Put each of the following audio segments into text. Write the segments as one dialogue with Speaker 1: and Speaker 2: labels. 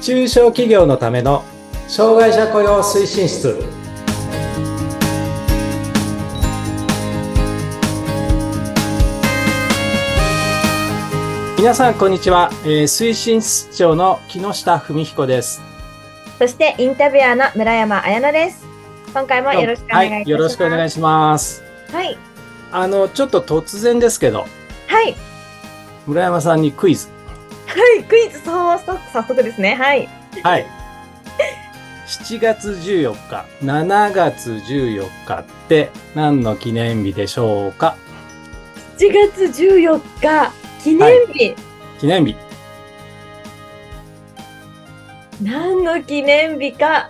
Speaker 1: 中小企業のための障害者雇用推進室皆さんこんにちは、えー推進室長の木下文彦です
Speaker 2: そしてインタビュアーの村山彩乃です。今回もよろしくお願いいたします。
Speaker 1: はよろしくお願いします
Speaker 2: はい。
Speaker 1: あのちょっと突然ですけど
Speaker 2: はい。
Speaker 1: 村山さんにクイズ
Speaker 2: はい。クイズ、そう、そう、早速ですね。はい。
Speaker 1: はい。7月14日、7月14日って何の記念日でしょうか
Speaker 2: 7月14日、記念日。
Speaker 1: 記念日。
Speaker 2: 何の記念日か。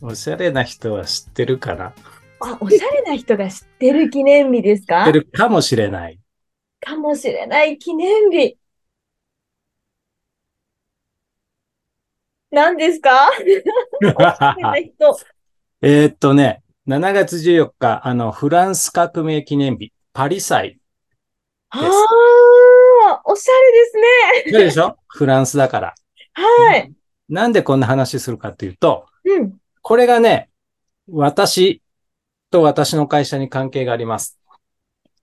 Speaker 1: おしゃれな人は知ってるかな
Speaker 2: あ、おしゃれな人が知ってる記念日です
Speaker 1: 知
Speaker 2: か
Speaker 1: ってるかもしれ ない。
Speaker 2: かもしれない記念日。何ですかおしゃれな人。
Speaker 1: えーっとね、7月14日、あの、フランス革命記念日、パリ祭。
Speaker 2: ああ、おしゃれですね。
Speaker 1: そうでしょフランスだから。
Speaker 2: はい。
Speaker 1: なんでこんな話するかっていうと、
Speaker 2: うん。
Speaker 1: これがね、私と私の会社に関係があります。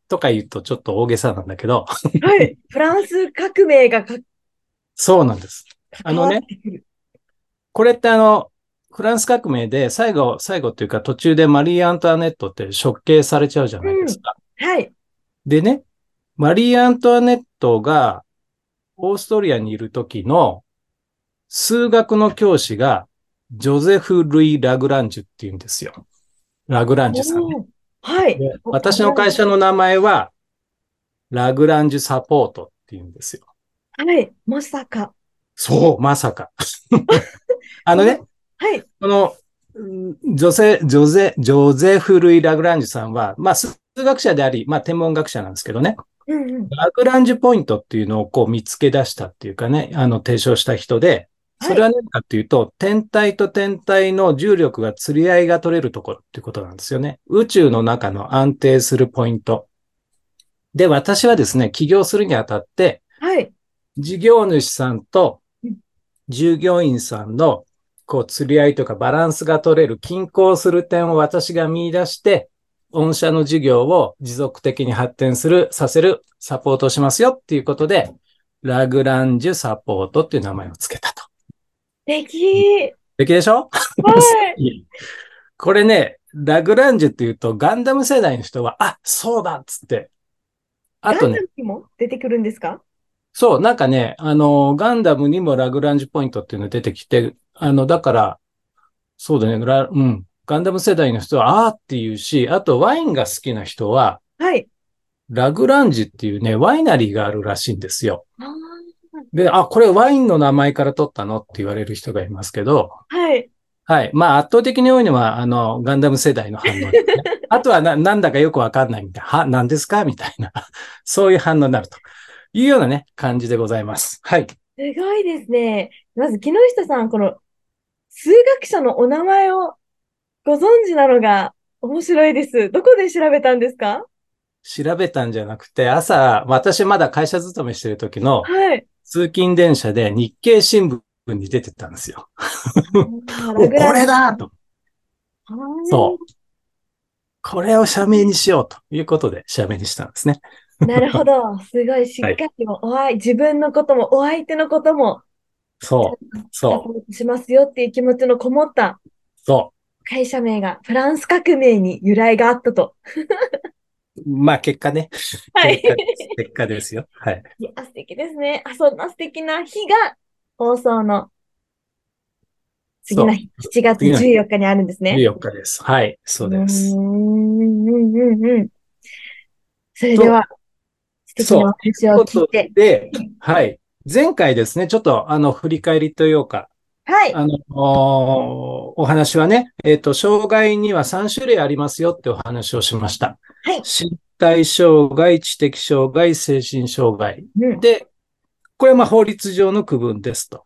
Speaker 1: とか言うとちょっと大げさなんだけど、
Speaker 2: はい。フランス革命がか
Speaker 1: そうなんです。あのね、これってあの、フランス革命で最後、最後というか途中でマリー・アントワネットって処刑されちゃうじゃないですか。
Speaker 2: はい。
Speaker 1: でね、マリー・アントワネットがオーストリアにいる時の数学の教師がジョゼフ・ルイ・ラグランジュっていうんですよ。ラグランジュさんね。
Speaker 2: おーはい。
Speaker 1: で私の会社の名前は、ラグランジュサポートって言うんですよ。
Speaker 2: はい。まさか。
Speaker 1: そう、まさか。 あのね、
Speaker 2: はい。
Speaker 1: この、うんジョゼ、ジョゼ、ジョゼフ・ルイ・ラグランジュさんは、まあ、数学者であり、まあ、天文学者なんですけどね、
Speaker 2: うんうん。
Speaker 1: ラグランジュポイントっていうのをこう見つけ出したっていうかね、あの、提唱した人で、それは何かっていうと、天体と天体の重力が釣り合いが取れるところっていうことなんですよね。宇宙の中の安定するポイント。で、私はですね、起業するにあたって、
Speaker 2: はい。
Speaker 1: 事業主さんと
Speaker 2: うん
Speaker 1: 従業員さんのこう釣り合いとかバランスが取れる均衡する点を私が見出して、御社の事業を持続的に発展する、させるサポートをしますよっていうことで、ラグランジュサポートっていう名前をつけたと。
Speaker 2: でき
Speaker 1: できでしょ
Speaker 2: はい。
Speaker 1: これね、ラグランジュっていうとガンダム世代の人は、あ、そうだっつって。あと
Speaker 2: ガン
Speaker 1: ね
Speaker 2: ダ、ムにも出てくるんですか
Speaker 1: そう、なんかね、あの、ガンダムにもラグランジュポイントっていうの出てきて、あの、だから、そうだね、ラうん。ガンダム世代の人は、あーって言うし、あとワインが好きな人は、
Speaker 2: はい。
Speaker 1: ラグランジュっていうね、ワイナリーがあるらしいんですよ。
Speaker 2: あー
Speaker 1: で、あ、これワインの名前から取ったのって言われる人がいますけど、
Speaker 2: はい。
Speaker 1: はい。まあ、圧倒的に多いのは、あの、ガンダム世代の反応ですね、あとはな、なんだかよくわかんないみたいな。は、何ですかみたいな。そういう反応になるというようなね、感じでございます。はい。
Speaker 2: すごいですね。まず、木下さん、この、数学者のお名前をご存知なのが面白いです。どこで調べたんですか
Speaker 1: 調べたんじゃなくて、朝、私まだ会社勤めしてる時の
Speaker 2: はい。
Speaker 1: 通勤電車で日経新聞に出てたんですよ。
Speaker 2: あー
Speaker 1: おこれだと。
Speaker 2: ラグランジュ
Speaker 1: そうこれを社名にしようということで社名にしたんですね。
Speaker 2: なるほど。すごい、しっかりも、おあい、自分のことも、お相手のことも、
Speaker 1: そう。
Speaker 2: サ
Speaker 1: そう。
Speaker 2: ポートしますよっていう気持ちのこもった
Speaker 1: そ
Speaker 2: 会社名がフランス革命に由来があったと。
Speaker 1: う。まあ結果ね。
Speaker 2: はい。
Speaker 1: 結果です結果ですよ。はい。
Speaker 2: いや、素敵ですね。あ、そんな素敵な日が放送の次の日、7月
Speaker 1: 次の日
Speaker 2: 14日にあるんですね。
Speaker 1: 14日です。はい。そうです
Speaker 2: ー。ん、うん、うん、うん。それでは、素敵なお話を聞いて。
Speaker 1: で、はい。前回ですね、ちょっとあの、振り返りというか、
Speaker 2: はい。
Speaker 1: あの、おお話はね、えっ、と、障害には3種類ありますよってお話をしました。
Speaker 2: はい
Speaker 1: 身体障害、知的障害、精神障害。
Speaker 2: うん、
Speaker 1: で、これはまあ法律上の区分ですと。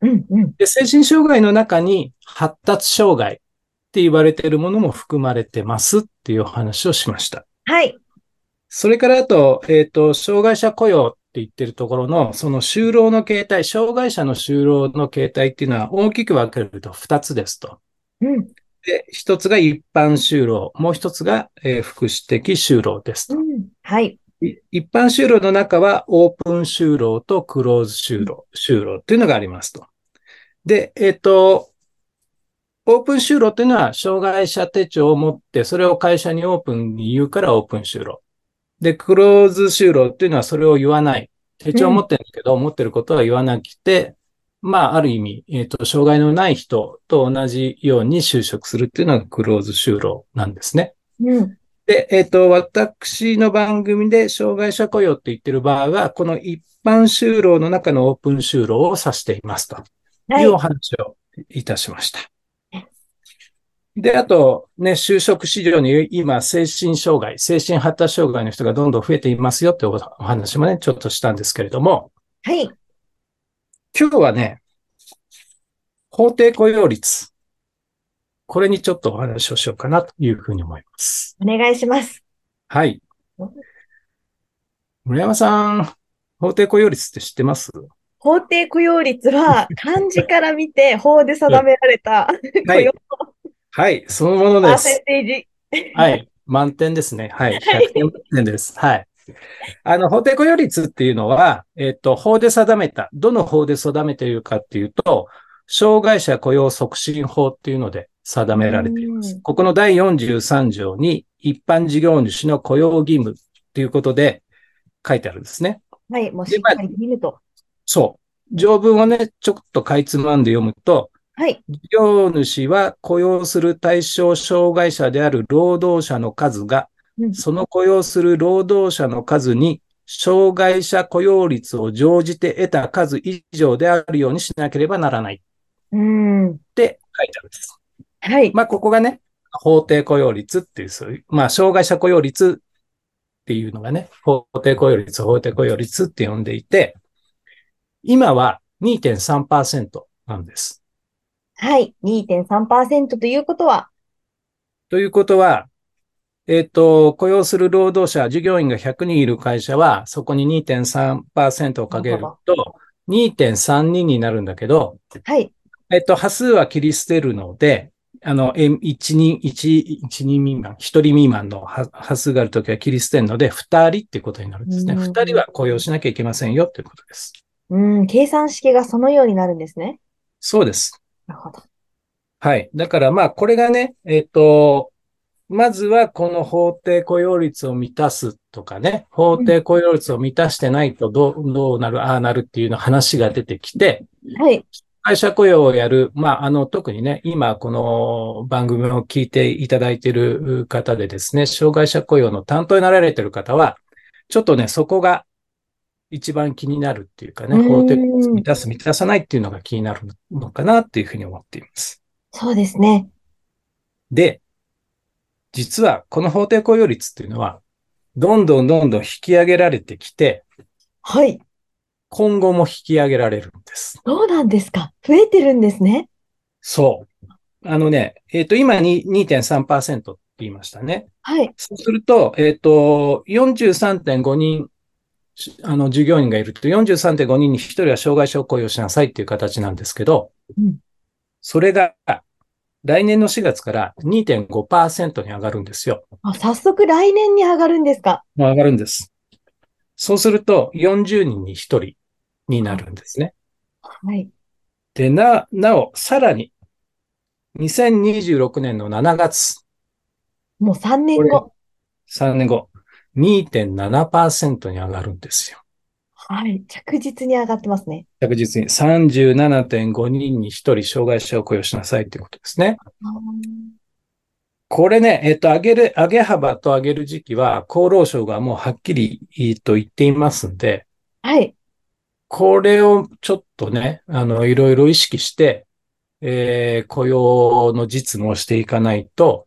Speaker 2: うん、うん。
Speaker 1: で、精神障害の中に発達障害って言われているものも含まれてますっていうお話をしました。
Speaker 2: はい。
Speaker 1: それからあと、えっ、と、障害者雇用って言ってるところの、その就労の形態、障害者の就労の形態っていうのは大きく分けると2つですと。
Speaker 2: うん。
Speaker 1: で、1つが一般就労、もう1つが、えー福祉的就労ですと。
Speaker 2: うん。はい。
Speaker 1: い一般就労の中はオープン就労とクローズ就労、就労っていうのがありますと。で、えっ、と、オープン就労っていうのは障害者手帳を持って、それを会社にオープンに言うからオープン就労。で、クローズ就労っていうのはそれを言わない。手帳を持ってるんだけど、持ってることは言わなくて、まあ、ある意味、えっ、と、障害のない人と同じように就職するっていうのがクローズ就労なんですね。
Speaker 2: うん。
Speaker 1: で、えっ、と、私の番組で障害者雇用って言ってる場合は、この一般就労の中のオープン就労を指していますと
Speaker 2: はいい。
Speaker 1: うお
Speaker 2: う
Speaker 1: 話をいたしました
Speaker 2: はい。
Speaker 1: で、あと、ね、就職市場に今、精神障害、精神発達障害の人がどんどん増えていますよってお話もね、ちょっとしたんですけれども、
Speaker 2: はい。
Speaker 1: 今日はね、法定雇用率。これにちょっとお話をしようかなというふうに思います。
Speaker 2: お願いします。
Speaker 1: はい
Speaker 2: うん。
Speaker 1: 村山さん、法定雇用率って知ってます
Speaker 2: 法定雇用 率は漢字から見て法で定められた雇
Speaker 1: はい
Speaker 2: 用
Speaker 1: はい、そのもの
Speaker 2: パ
Speaker 1: で
Speaker 2: ーセ
Speaker 1: す
Speaker 2: ン。テージ。
Speaker 1: はい、満点ですね。はい、
Speaker 2: はい
Speaker 1: 100点満点です。はい。あの、法定雇用率っていうのは、えっと、法で定めた、どの法で定めているかっていうと、障害者雇用促進法っていうので定められていま
Speaker 2: う
Speaker 1: す
Speaker 2: ん。
Speaker 1: ここの第43条に、一般事業主の雇用義務っていうことで書いてあるんですね。
Speaker 2: はい。もうしっかり見ると。
Speaker 1: そう。条文をね、ちょっとかいつまんで読むと、
Speaker 2: はい。
Speaker 1: 事業主は雇用する対象障害者である労働者の数が
Speaker 2: う、ん
Speaker 1: その雇用する労働者の数に、障害者雇用率を乗じて得た数以上であるようにしなければならないっ
Speaker 2: うん。
Speaker 1: て書いてあるんです。
Speaker 2: はい。
Speaker 1: まあ、ここがね、法定雇用率っていう、そういう、まあ、障害者雇用率っていうのがね、法定雇用率、法定雇用率って呼んでいて、今は2.3%なんです。
Speaker 2: はい。2.3%ということは、
Speaker 1: ということは、えっ、と、雇用する労働者、従業員が100人いる会社は、そこに2.3%をかけると、2.3人になるんだけど、
Speaker 2: はい。
Speaker 1: えっと、波数は切り捨てるので、あの、え一人、一、一人未満、一人未満のは波数があるときは切り捨てるので、二人っていうことになるんですね。
Speaker 2: うん
Speaker 1: 二人は雇用しなきゃいけませんよっていうことです。
Speaker 2: うん。計算式がそのようになるんですね。
Speaker 1: そうです。
Speaker 2: なるほど。
Speaker 1: はい。だからまあ、これがね、えっと、まずはこの法定雇用率を満たすとかね、法定雇用率を満たしてないとどう、どうなる、ああなるっていうの話が出てきて、
Speaker 2: はい。
Speaker 1: 会社雇用をやる、まあ、あの、特にね、今この番組を聞いていただいている方でですね、障害者雇用の担当になられている方は、ちょっとね、そこが一番気になるっていうかね、
Speaker 2: うん
Speaker 1: 法定効率満たす満たさないっていうのが気になるのかなっていうふうに思っています。
Speaker 2: そうですね。
Speaker 1: で、実はこの法定雇用率っていうのは、どんどんどんどん引き上げられてきて、
Speaker 2: はい。
Speaker 1: 今後も引き上げられるんです。
Speaker 2: どうなんですか増えてるんですね。
Speaker 1: そう。あのね、えっ、と、今に2.3%って言いましたね。
Speaker 2: はい。
Speaker 1: そうすると、えっ、と、43.5人、しあの、従業員がいると、43.5人に1人は障害者を雇用しなさいっていう形なんですけど、
Speaker 2: うん
Speaker 1: それが、来年の4月から2.5%に上がるんですよ。
Speaker 2: あ、早速来年に上がるんですか
Speaker 1: 上がるんです。そうすると、40人に1人になるんですね。
Speaker 2: はい。
Speaker 1: で、な、なお、さらに、2026年の7月、
Speaker 2: もう3年後。
Speaker 1: 3年後、2.7%に上がるんですよ。
Speaker 2: はい。着実に上がってますね。
Speaker 1: 確実に37.5人に1人障害者を雇用しなさいっていうことですね。これね、えっと、上げる、上げ幅と上げる時期は厚労省がもうはっきり、えっと、言っていますんで、
Speaker 2: はい。
Speaker 1: これをちょっとね、あの、いろいろ意識して、えー雇用の実務をしていかないと、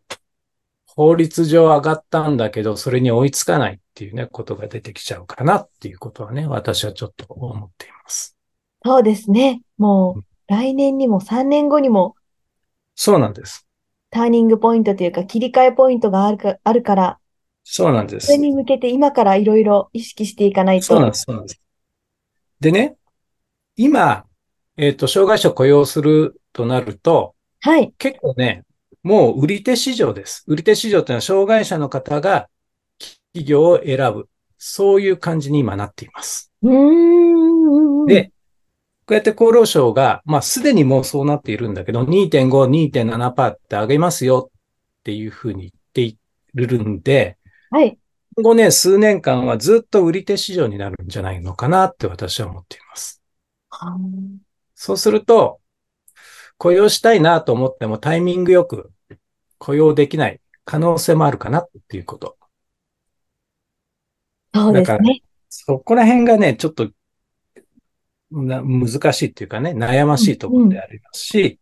Speaker 1: 法律上上がったんだけど、それに追いつかないっていうね、ことが出てきちゃうかなっていうことはね、私はちょっと思っています。
Speaker 2: そうですね。もう来年にも3年後にも
Speaker 1: そうなんです。
Speaker 2: ターニングポイントというか切り替えポイントがあるか、あるから、
Speaker 1: そうなんです
Speaker 2: それ。に向けて今からいろいろ意識していかないと。
Speaker 1: そうなんです。そうなんです。でね、今、えっ、と、障害者雇用するとなると、
Speaker 2: はい。
Speaker 1: 結構ね、もう売り手市場です。売り手市場ってのは障害者の方が企業を選ぶ。そういう感じに今なっています。
Speaker 2: うーん。
Speaker 1: で、こうやって厚労省が、まあすでにもうそうなっているんだけど、2.5、2.7%って上げますよっていうふうに言っているんで、
Speaker 2: はい。
Speaker 1: 今後ね、数年間はずっと売り手市場になるんじゃないのかなって私は思っています。
Speaker 2: はー
Speaker 1: そうすると、雇用したいなと思ってもタイミングよく雇用できない可能性もあるかなっていうこと。
Speaker 2: そうです
Speaker 1: だから
Speaker 2: ね。
Speaker 1: そこら辺がね、ちょっとな難しいっていうかね、悩ましいところでありますし、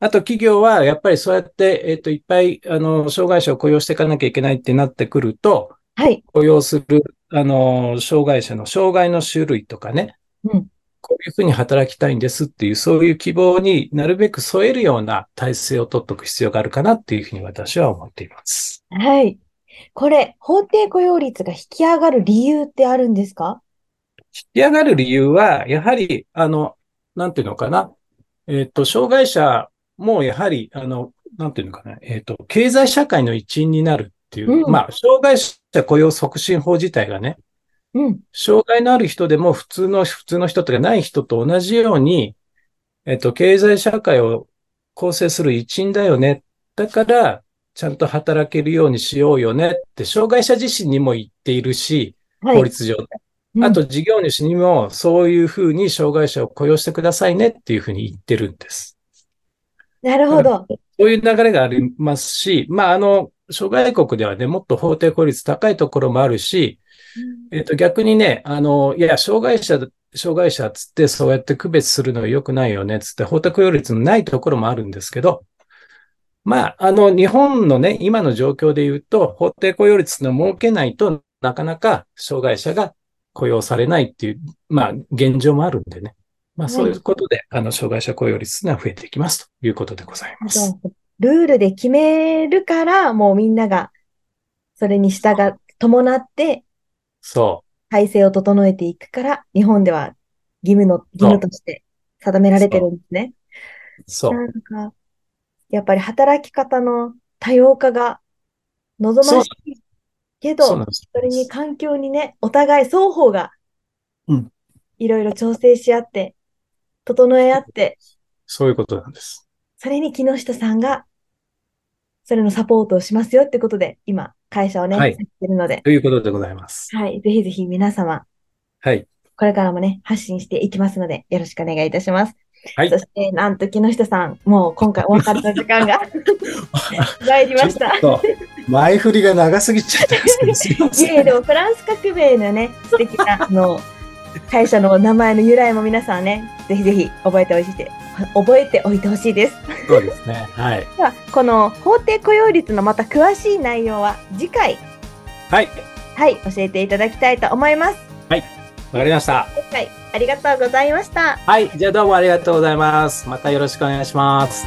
Speaker 1: あと企業はやっぱりそうやって、えっ、と、いっぱい、あの、障害者を雇用していかなきゃいけないってなってくると、
Speaker 2: はい。
Speaker 1: 雇用する、あの、障害者の障害の種類とかね、
Speaker 2: うん
Speaker 1: こういうふうに働きたいんですっていう、そういう希望になるべく添えるような体制を取っておく必要があるかなっていうふうに私は思っています。
Speaker 2: はい。これ、法定雇用率が引き上がる理由ってあるんですか
Speaker 1: 引き上がる理由は、やはり、あの、なんていうのかな。えっ、と、障害者もやはり、あの、なんていうのかな。えっ、と、経済社会の一員になるっていう、
Speaker 2: うん
Speaker 1: まあ、障害者雇用促進法自体がね、
Speaker 2: うん。
Speaker 1: 障害のある人でも普通の、普通の人とかない人と同じように、えっと、経済社会を構成する一員だよね。だから、ちゃんと働けるようにしようよねって、障害者自身にも言っているし、
Speaker 2: は
Speaker 1: 法
Speaker 2: い。
Speaker 1: 律上ね。
Speaker 2: うん
Speaker 1: あと、事業主にも、そういうふうに障害者を雇用してくださいねっていうふうに言ってるんです。
Speaker 2: なるほど。
Speaker 1: そういう流れがありますし、まあ、あの、諸外国ではね、もっと法定効率高いところもあるし、えっと、逆にね、あの、いや、障害者、障害者っつってそうやって区別するの良くないよね、つって、法適用率のないところもあるんですけど、まあ、あの、日本のね、今の状況で言うと、法定雇用率の設けないとなかなか障害者が雇用されないっていう、まあ、現状もあるんでね。まあ、
Speaker 2: はい
Speaker 1: そういうことで、あの、障害者雇用率が増えていきますということでございます。
Speaker 2: ルールで決めるから、もうみんなが、それに従っ、伴って、
Speaker 1: そ
Speaker 2: 体制を整えていくから、日本では義務の、義務として定められてるんですね。
Speaker 1: う、そう。
Speaker 2: なんか、やっぱり働き方の多様化が望ましいけど、
Speaker 1: そうなん
Speaker 2: そ
Speaker 1: です。
Speaker 2: れに環境にね、お互い双方が
Speaker 1: うん、
Speaker 2: いろいろ調整し合って、整え合って、
Speaker 1: そういうことなんです。
Speaker 2: それに木下さんが、それのサポートをしますよってことで、今、会社をね、
Speaker 1: は
Speaker 2: や
Speaker 1: い
Speaker 2: ってるので、
Speaker 1: ということでございます。
Speaker 2: はい、ぜひぜひ皆様、
Speaker 1: はい。
Speaker 2: これからもね、発信していきますので、よろしくお願いいたします。
Speaker 1: はい
Speaker 2: そして、なんと木下さん、もう今回お別れの時間 が参りました。
Speaker 1: ちょっと 前振りが長すぎちゃったんですけど、すいま
Speaker 2: い
Speaker 1: せ
Speaker 2: えいえ
Speaker 1: ん。
Speaker 2: でもフランス革命のね、素敵な、あの、会社の名前の由来も皆さんね、ぜひぜひ覚えておいて、覚えておいてほしいです。
Speaker 1: そうですね。はい。
Speaker 2: では、この法定雇用率のまた詳しい内容は次回、
Speaker 1: はい。
Speaker 2: はい、教えていただきたいと思います。
Speaker 1: わかりました。
Speaker 2: 今回、ありがとうございました。
Speaker 1: はい。じゃあどうもありがとうございます。またよろしくお願いします。